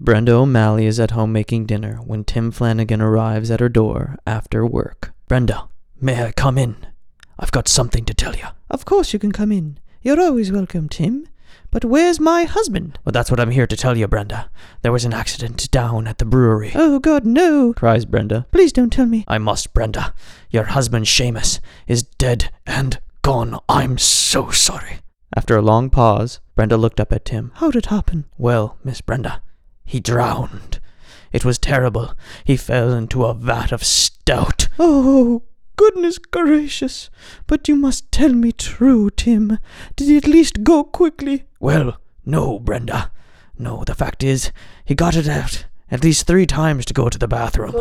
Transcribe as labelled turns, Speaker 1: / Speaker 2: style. Speaker 1: Brenda O'Malley is at home making dinner when Tim Flanagan arrives at her door after work. Brenda, may I come in? I've got something to tell you.
Speaker 2: Of course you can come in. You're always welcome, Tim. But where's my husband?
Speaker 1: Well, that's what I'm here to tell you, Brenda. There was an accident down at the brewery.
Speaker 2: Oh, God, no,
Speaker 1: cries Brenda.
Speaker 2: Please don't tell me.
Speaker 1: I must, Brenda. Your husband, Seamus, is dead and gone. I'm so sorry. After a long pause, Brenda looked up at Tim.
Speaker 2: How'd it happen?
Speaker 1: Well, Miss Brenda, he drowned. It was terrible. He fell into a vat of stout.
Speaker 2: Oh, goodness gracious. But you must tell me true, Tim. Did he at least go quickly?
Speaker 1: Well, no, Brenda. No, the fact is, he got it out at least three times to go to the bathroom.